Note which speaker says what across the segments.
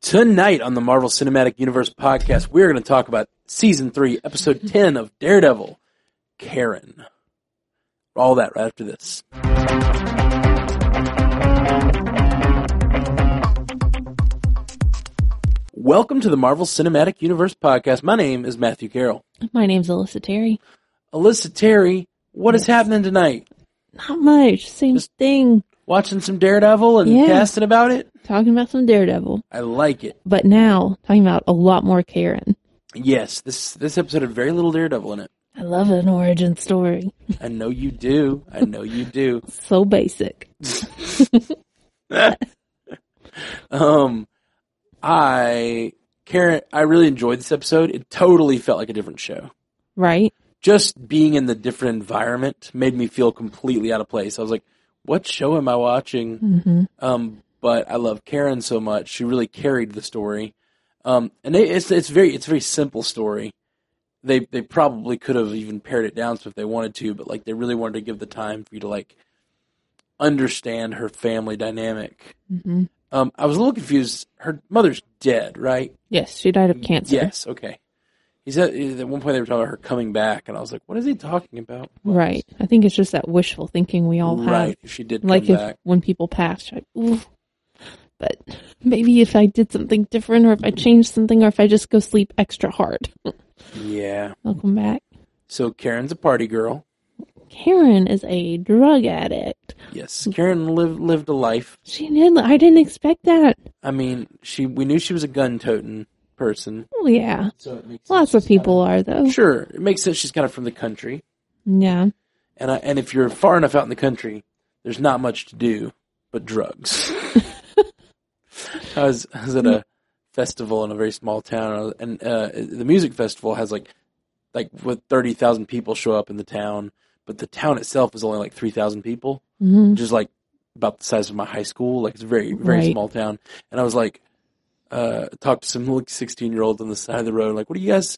Speaker 1: Tonight on the Marvel Cinematic Universe podcast, we're going to talk about season three, episode 10 of Daredevil, Karen. All that right after this. Welcome to the Marvel Cinematic Universe podcast. My name is Matthew Carroll.
Speaker 2: My name's Alyssa Terry.
Speaker 1: Alyssa Terry, what is
Speaker 2: Yes.
Speaker 1: happening tonight?
Speaker 2: Not much. Same thing.
Speaker 1: Watching some Daredevil and
Speaker 2: Yeah.
Speaker 1: casting about it?
Speaker 2: Talking about some Daredevil,
Speaker 1: I like it.
Speaker 2: but now talking about a lot more Karen.
Speaker 1: Yes, this this episode had very little Daredevil in it.
Speaker 2: I love an origin story.
Speaker 1: I know you do. I know you do.
Speaker 2: So basic.
Speaker 1: Um, I Karen, I really enjoyed this episode. It totally felt like a different show.
Speaker 2: Right?
Speaker 1: Just being in the different environment made me feel completely out of place. I was like, "What show am I watching?"
Speaker 2: Mm-hmm.
Speaker 1: Um, but I love Karen so much; she really carried the story. Um, and it, it's it's very it's a very simple story. They they probably could have even pared it down if they wanted to, but like they really wanted to give the time for you to like understand her family dynamic.
Speaker 2: Mm-hmm.
Speaker 1: Um, I was a little confused. Her mother's dead, right?
Speaker 2: Yes, she died of cancer.
Speaker 1: Yes. Okay. He said at one point they were talking about her coming back, and I was like, "What is he talking about?"
Speaker 2: Right. I think it's just that wishful thinking we all have.
Speaker 1: right. If she did
Speaker 2: Like
Speaker 1: come
Speaker 2: if
Speaker 1: back,
Speaker 2: when people pass, you're like, ooh. But maybe if I did something different, or if I changed something, or if I just go sleep extra hard,
Speaker 1: yeah.
Speaker 2: I'll come back.
Speaker 1: So Karen's a party girl.
Speaker 2: Karen is a drug addict.
Speaker 1: Yes, Karen lived lived a life.
Speaker 2: She did. I didn't expect that.
Speaker 1: I mean, she we knew she was a gun toting person.
Speaker 2: Oh yeah,
Speaker 1: So it makes
Speaker 2: lots of people are though.
Speaker 1: Sure, it makes sense. She's kind of from the country,
Speaker 2: Yeah,
Speaker 1: and I, and if you're far enough out in the country, there's not much to do but drugs. I was I was at a festival in a very small town, and I was- and uh, the music festival has like like with thirty thousand people show up in the town, but the town itself is only like three thousand people.
Speaker 2: hmm
Speaker 1: which is like about the size of my high school. Like it's a very, very
Speaker 2: Right.
Speaker 1: small town. And I was like, uh, talked to some like 16 year olds on the side of the road, like, what do you guys,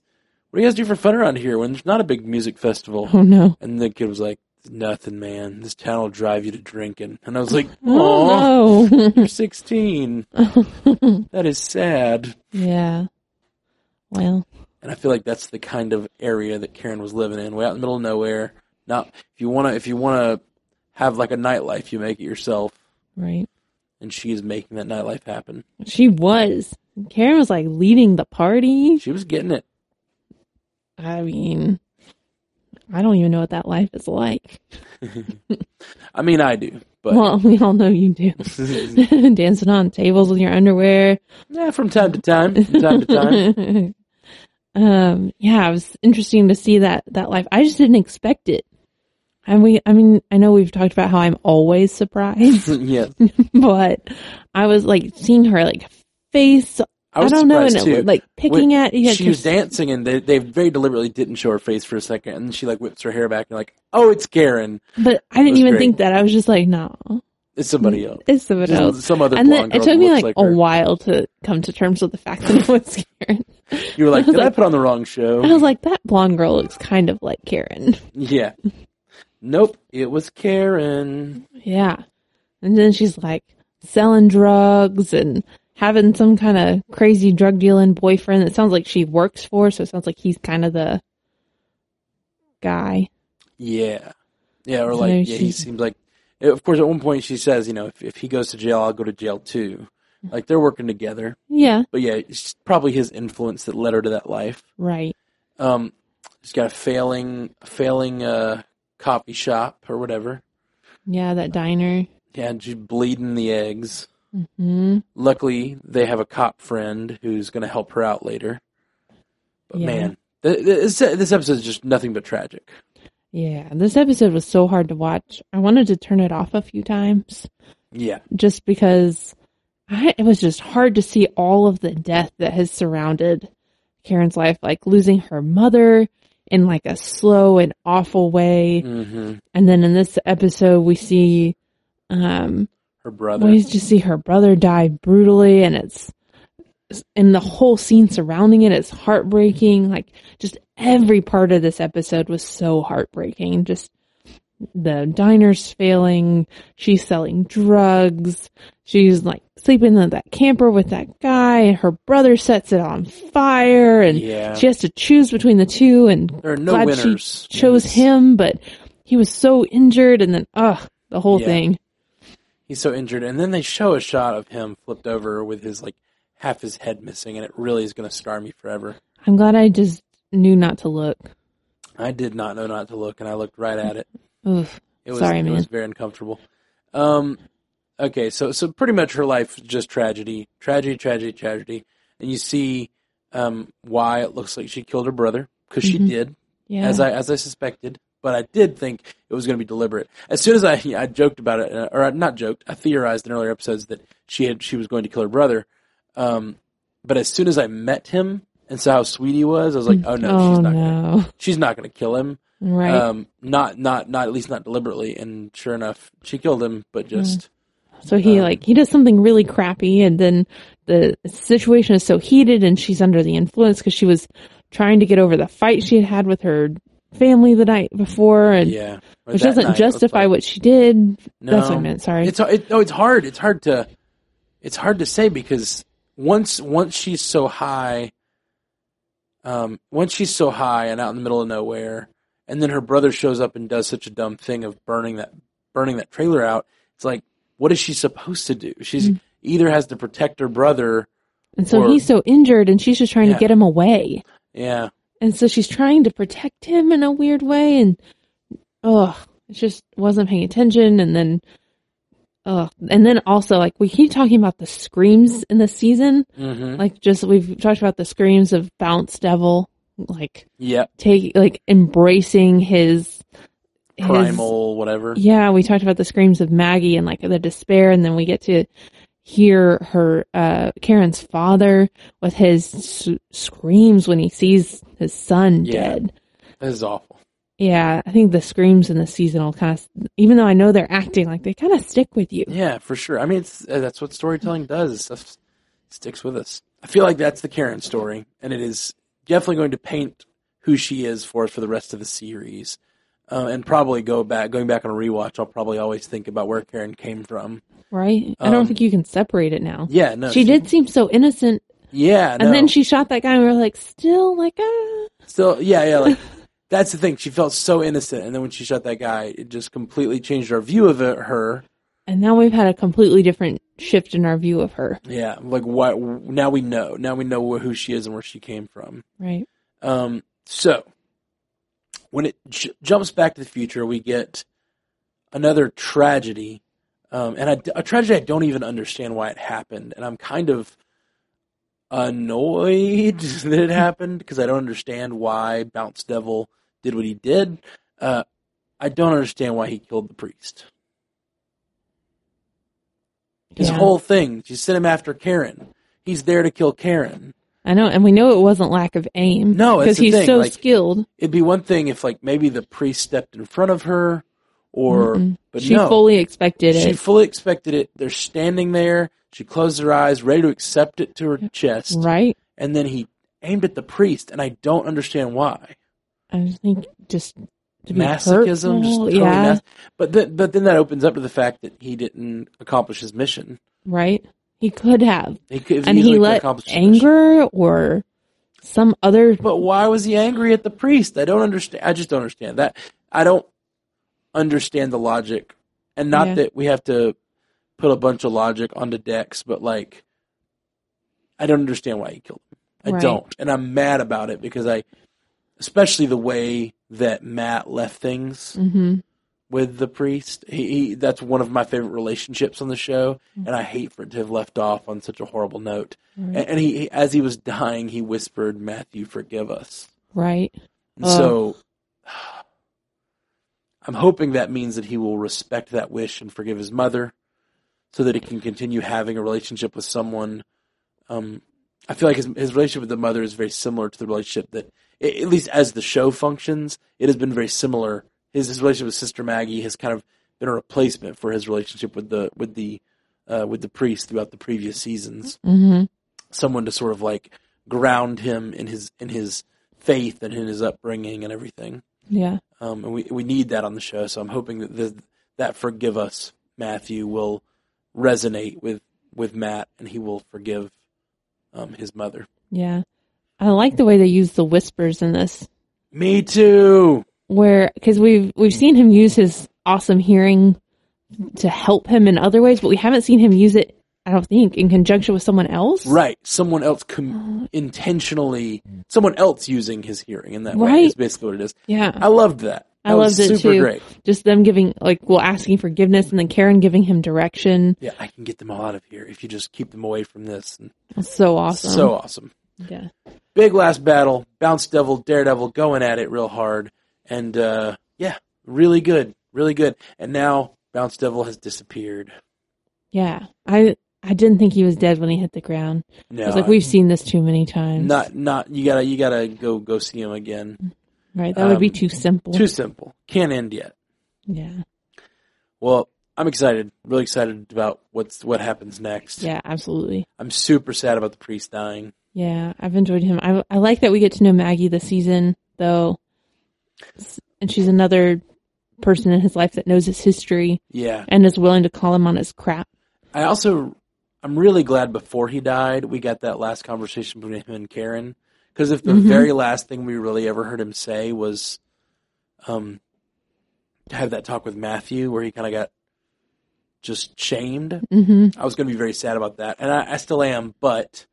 Speaker 1: what do you guys do for fun around here when there's not a big music festival?
Speaker 2: Oh no.
Speaker 1: And the kid was like, nothing, man. This town will drive you to drinking. And I was like, oh,
Speaker 2: Oh
Speaker 1: you're 16.
Speaker 2: no.
Speaker 1: That is sad.
Speaker 2: yeah. Well,
Speaker 1: And I feel like that's the kind of area that Karen was living in, way out in the middle of nowhere. Not if you wanna if you wanna have like a nightlife, you make it yourself.
Speaker 2: right.
Speaker 1: And she is making that nightlife happen.
Speaker 2: She was. Karen was like leading the party.
Speaker 1: She was getting it.
Speaker 2: I mean, I don't even know what that life is like.
Speaker 1: I mean, I do, but
Speaker 2: well, we all know you do. Dancing on tables with your underwear.
Speaker 1: yeah, from time to time, from time to time.
Speaker 2: um, yeah, it was interesting to see that that life. I just didn't expect it. And we, I mean, I know we've talked about how I'm always surprised,
Speaker 1: yes,
Speaker 2: but I was like seeing her like face.
Speaker 1: I was
Speaker 2: don't know,
Speaker 1: surprised
Speaker 2: and it
Speaker 1: too.
Speaker 2: was, like picking at yeah,
Speaker 1: she was dancing, and they, they very deliberately didn't show her face for a second, and she like whips her hair back and like, oh, it's Karen.
Speaker 2: but I
Speaker 1: it
Speaker 2: didn't
Speaker 1: was
Speaker 2: even
Speaker 1: great.
Speaker 2: think that. I was just like, no,
Speaker 1: It's somebody else.
Speaker 2: it's somebody
Speaker 1: Just
Speaker 2: Mm. else.
Speaker 1: Some other
Speaker 2: And
Speaker 1: blonde
Speaker 2: then
Speaker 1: girl
Speaker 2: it took
Speaker 1: that
Speaker 2: me
Speaker 1: looks
Speaker 2: like
Speaker 1: like
Speaker 2: a
Speaker 1: her.
Speaker 2: while to come to terms with the fact that I was Karen.
Speaker 1: You were like,
Speaker 2: I was
Speaker 1: did I
Speaker 2: like-
Speaker 1: put on the wrong show?
Speaker 2: I was like, that blonde girl looks kind of like Karen.
Speaker 1: yeah. Nope, it was Karen.
Speaker 2: Yeah. And then she's like selling drugs and having some kind of crazy drug dealing boyfriend that sounds like she works for, so it sounds like he's kind of the guy.
Speaker 1: Yeah, yeah, or
Speaker 2: So
Speaker 1: like, yeah, he
Speaker 2: she-
Speaker 1: seems like. Of course, at one point she says, you know, if, if he goes to jail, I'll go to jail too. Like they're working together.
Speaker 2: Yeah,
Speaker 1: but yeah, it's probably his influence that led her to that life.
Speaker 2: right.
Speaker 1: Um, she's got a failing, a failing uh, coffee shop or whatever,
Speaker 2: Yeah, that diner.
Speaker 1: and she's bleeding the eggs.
Speaker 2: hmm
Speaker 1: Luckily, they have a cop friend who's going to help her out later. But
Speaker 2: Yeah.
Speaker 1: man, th- th- this this episode is just nothing but tragic.
Speaker 2: Yeah, this episode was so hard to watch. I wanted to turn it off a few times
Speaker 1: Yeah,
Speaker 2: just because I, it was just hard to see all of the death that has surrounded Karen's life, like losing her mother in like a slow and awful way.
Speaker 1: hmm
Speaker 2: And then in this episode, we see, um,
Speaker 1: her brother.
Speaker 2: we just see her brother die brutally, and it's, and the whole scene surrounding it is heartbreaking. Like, just every part of this episode was so heartbreaking. Just the diner's failing. She's selling drugs. She's like sleeping in that camper with that guy and her brother sets it on fire and
Speaker 1: Yeah.
Speaker 2: she has to choose between the two and
Speaker 1: There are no
Speaker 2: glad
Speaker 1: winners.
Speaker 2: she chose
Speaker 1: Yes.
Speaker 2: him, but he was so injured and then, ugh, the whole
Speaker 1: Yeah.
Speaker 2: thing.
Speaker 1: He's so injured, and then they show a shot of him flipped over with his like half his head missing, and it really is going to scar me forever.
Speaker 2: I'm glad I just knew not to look.
Speaker 1: I did not know not to look, and I looked right at it.
Speaker 2: Ugh.
Speaker 1: It was
Speaker 2: Sorry,
Speaker 1: it
Speaker 2: man.
Speaker 1: was very uncomfortable. Um okay, so so pretty much her life is just tragedy. Tragedy, tragedy, tragedy. And you see um why it looks like she killed her brother cuz she
Speaker 2: Mhm.
Speaker 1: did
Speaker 2: Yeah.
Speaker 1: as I as I suspected, but I did think it was going to be deliberate. As soon as I I joked about it uh, or I- not joked, I theorized in earlier episodes that she had she was going to kill her brother. Um but as soon as I met him and saw how sweet he was, I was like, "Oh no,
Speaker 2: oh,
Speaker 1: she's not gonna, Uh,
Speaker 2: no.
Speaker 1: she's not going to kill him."
Speaker 2: Right.
Speaker 1: Um, not, not, not at least not deliberately. And sure enough, she killed him, but
Speaker 2: Hmm.
Speaker 1: just
Speaker 2: so he
Speaker 1: um,
Speaker 2: like he does something really crappy and then the situation is so heated and she's under the influence because she was trying to get over the fight she had had with her family the night before and
Speaker 1: yeah. Or
Speaker 2: which
Speaker 1: that
Speaker 2: doesn't
Speaker 1: night, it was
Speaker 2: justify
Speaker 1: like,
Speaker 2: what she did.
Speaker 1: No,
Speaker 2: That's what I meant. Sorry.
Speaker 1: It's it, no, it's hard. It's hard to, it's hard to say because once once she's so high, um, once she's so high and out in the middle of nowhere, and then her brother shows up and does such a dumb thing of burning that burning that trailer out. It's like, what is she supposed to do? She's
Speaker 2: Hmm.
Speaker 1: either has to protect her brother.
Speaker 2: and so
Speaker 1: or-
Speaker 2: he's so injured and she's just trying
Speaker 1: Yeah.
Speaker 2: to get him away.
Speaker 1: Yeah.
Speaker 2: And so she's trying to protect him in a weird way and ugh, it just wasn't paying attention and then ugh. And then also like we keep talking about the screams in the season.
Speaker 1: Mm-hmm.
Speaker 2: Like just we've talked about the screams of Bounce Devil, like
Speaker 1: Yeah.
Speaker 2: take like embracing his his-
Speaker 1: Primal, whatever.
Speaker 2: yeah, we talked about the screams of Maggie and like the despair, and then we get to hear her uh Karen's father with his s- screams when he sees his son
Speaker 1: Yeah.
Speaker 2: dead.
Speaker 1: This is awful.
Speaker 2: Yeah, I think the screams in the seasonal kind of, even though I know they're acting like they kind of stick with you.
Speaker 1: Yeah, for sure. I mean, it's, uh, that's what storytelling does. is Stuff sticks with us. I feel like that's the Karen story, and it is definitely going to paint who she is for us for the rest of the series, uh, and probably go back. Going back on a rewatch, I'll probably always think about where Karen came from.
Speaker 2: Right? I don't
Speaker 1: Um,
Speaker 2: think you can separate it now.
Speaker 1: Yeah, no,
Speaker 2: she did seem so innocent,
Speaker 1: Yeah,
Speaker 2: and
Speaker 1: no.
Speaker 2: then she shot that guy, and we are like, still like ah.
Speaker 1: still, yeah, yeah. Like that's the thing. She felt so innocent, and then when she shot that guy, it just completely changed our view of it, her.
Speaker 2: And now we've had a completely different shift in our view of her.
Speaker 1: Yeah, like why? Now we know. Now we know who she is and where she came from.
Speaker 2: Right.
Speaker 1: Um, so when it j- jumps back to the future, we get another tragedy, um, and a, a tragedy I don't even understand why it happened, and I'm kind of annoyed that it happened because I don't understand why Bounce Devil did what he did. Uh, I don't understand why he killed the priest. His
Speaker 2: Yeah.
Speaker 1: whole thing, she sent him after Karen. He's there to kill Karen.
Speaker 2: I know, and we know it wasn't lack of aim.
Speaker 1: No, that's
Speaker 2: because
Speaker 1: the
Speaker 2: he's
Speaker 1: thing,
Speaker 2: so
Speaker 1: like-
Speaker 2: skilled.
Speaker 1: it'd be one thing if like maybe the priest stepped in front of her or
Speaker 2: Mm-mm.
Speaker 1: but
Speaker 2: she
Speaker 1: no
Speaker 2: fully expected
Speaker 1: she
Speaker 2: it.
Speaker 1: fully expected it they're standing there she closed her eyes ready to accept it to her chest
Speaker 2: right?
Speaker 1: and then he aimed at the priest and i don't understand why
Speaker 2: I just think just to be
Speaker 1: masochism just
Speaker 2: hurtful,
Speaker 1: totally
Speaker 2: yeah,
Speaker 1: mas- but then but then that opens up to the fact that he didn't accomplish his mission
Speaker 2: right. He could have,
Speaker 1: he could have
Speaker 2: and he
Speaker 1: easily
Speaker 2: let
Speaker 1: accomplished his mission.
Speaker 2: anger or some other.
Speaker 1: But why was he angry at the priest? I don't understand. I just don't understand that. I don't understand the logic. And not
Speaker 2: Yeah.
Speaker 1: that we have to put a bunch of logic onto Dex, but like, I don't understand why he killed him. I
Speaker 2: Right.
Speaker 1: don't. And I'm mad about it because I, especially the way that Matt left things
Speaker 2: hmm
Speaker 1: with the priest. He, he That's one of my favorite relationships on the show. And I hate for it to have left off on such a horrible note.
Speaker 2: Mm. Right.
Speaker 1: And, and he, he, as he was dying, he whispered, Matthew, forgive us.
Speaker 2: right?
Speaker 1: And so I'm hoping that means that he will respect that wish and forgive his mother so that he can continue having a relationship with someone. Um, I feel like his, his relationship with the mother is very similar to the relationship that, a- at least as the show functions, it has been very similar. His, his relationship with Sister Maggie has kind of been a replacement for his relationship with the with the uh, with the priest throughout the previous seasons
Speaker 2: hmm
Speaker 1: someone to sort of like ground him in his in his faith and in his upbringing and everything.
Speaker 2: Yeah.
Speaker 1: Um, and we, we need that on the show. So I'm hoping that the, that forgive us, Matthew, will resonate with, with Matt and he will forgive um, his mother.
Speaker 2: Yeah. I like the way they use the whispers in this
Speaker 1: Me too.
Speaker 2: where cuz we've we've seen him use his awesome hearing to help him in other ways, but we haven't seen him use it I don't think in conjunction with someone else.
Speaker 1: Right. Someone else com- intentionally, someone else using his hearing in that way
Speaker 2: Right.
Speaker 1: is basically what it is.
Speaker 2: Yeah.
Speaker 1: I loved that.
Speaker 2: I
Speaker 1: That was
Speaker 2: loved it
Speaker 1: super
Speaker 2: too.
Speaker 1: great.
Speaker 2: Just them giving like well asking forgiveness and then Karen giving him direction.
Speaker 1: Yeah, I can get them all out of here if you just keep them away from this. And
Speaker 2: That's so awesome.
Speaker 1: So awesome.
Speaker 2: yeah.
Speaker 1: Big last battle. Bounce Devil, Daredevil going at it real hard. And uh, yeah, really good. Really good. And now Bounce Devil has disappeared.
Speaker 2: Yeah. I I didn't think he was dead when he hit the ground.
Speaker 1: No,
Speaker 2: I was like, we've seen this too many times.
Speaker 1: not not you gotta you gotta go go see him again.
Speaker 2: right. That would be
Speaker 1: um,
Speaker 2: too simple.
Speaker 1: Too simple. Can't end yet.
Speaker 2: yeah.
Speaker 1: Well, I'm excited. Really excited about what's what happens next.
Speaker 2: Yeah. Absolutely.
Speaker 1: I'm super sad about the priest dying.
Speaker 2: Yeah. I've enjoyed him. I I like that we get to know Maggie this season though, S- and she's another person in his life that knows his history
Speaker 1: Yeah.
Speaker 2: and is willing to call him on his crap.
Speaker 1: I also, I'm really glad before he died, we got that last conversation between him and Karen. Because if the
Speaker 2: Mhm.
Speaker 1: very last thing we really ever heard him say was, um, to have that talk with Matthew where he kind of got just shamed,
Speaker 2: hmm
Speaker 1: I was going to be very sad about that. And I, I still am, but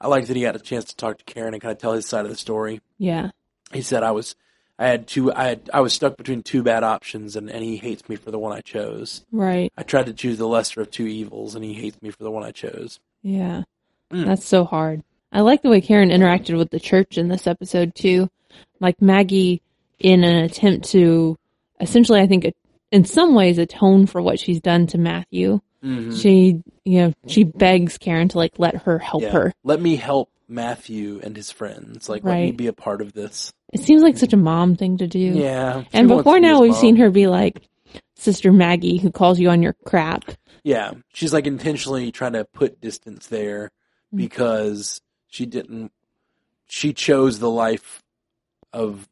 Speaker 1: I like that he got a chance to talk to Karen and kind of tell his side of the story
Speaker 2: Yeah.
Speaker 1: he said I was I had two I had, I was stuck between two bad options and, and he hates me for the one I chose.
Speaker 2: Right.
Speaker 1: I tried to choose the lesser of two evils and he hates me for the one I chose.
Speaker 2: Yeah.
Speaker 1: Mm.
Speaker 2: That's so hard. I like the way Karen interacted with the church in this episode too. Like Maggie in an attempt to essentially I think in some ways atone for what she's done to Matthew.
Speaker 1: Mhm.
Speaker 2: She you know, she begs Karen to like let her help
Speaker 1: Yeah.
Speaker 2: her.
Speaker 1: Let me help Matthew and his friends. Like let me
Speaker 2: Right.
Speaker 1: be a part of this.
Speaker 2: It seems like such a mom thing to do.
Speaker 1: Yeah.
Speaker 2: And
Speaker 1: She wants
Speaker 2: before
Speaker 1: to be his
Speaker 2: now we've
Speaker 1: mom.
Speaker 2: seen her be like Sister Maggie who calls you on your crap.
Speaker 1: Yeah. She's like intentionally trying to put distance there
Speaker 2: Mm-hmm.
Speaker 1: because she didn't she chose the life of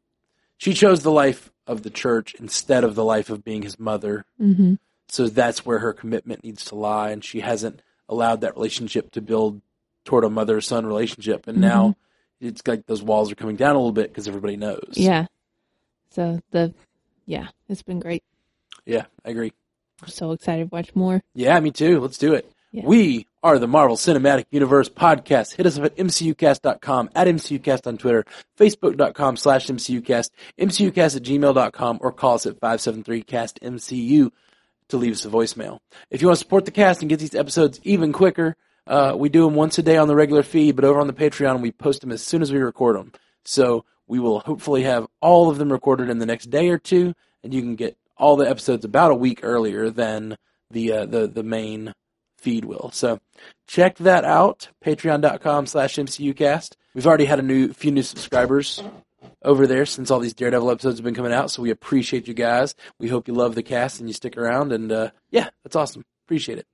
Speaker 1: she chose the life of the church instead of the life of being his mother
Speaker 2: hmm
Speaker 1: So that's where her commitment needs to lie, and she hasn't allowed that relationship to build toward a mother son relationship. And now it's like those walls are coming down a little bit because everybody knows.
Speaker 2: Mm-hmm. Yeah. So the yeah, it's been great.
Speaker 1: yeah, I agree.
Speaker 2: I'm so excited to watch more.
Speaker 1: Yeah, me too. Let's do it.
Speaker 2: Yeah.
Speaker 1: We are the Marvel Cinematic Universe podcast. Hit us up at mcucast.com, at mcucast on Twitter, facebook.com slash mcucast, mcucast at gmail.com, or call us at 573-CAST-MCU to leave us a voicemail. If you want to support the cast and get these episodes even quicker, uh, we do them once a day on the regular feed, but over on the Patreon, we post them as soon as we record them. So we will hopefully have all of them recorded in the next day or two, and you can get all the episodes about a week earlier than the uh, the the main feed will. So check that out. Patreon.com slash MCUcast. We've already had a new few new subscribers over there since all these Daredevil episodes have been coming out. So we appreciate you guys. We hope you love the cast and you stick around. And uh, yeah, that's awesome. Appreciate it.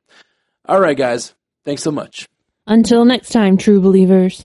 Speaker 1: All right, guys. Thanks so much.
Speaker 2: Until next time, true believers.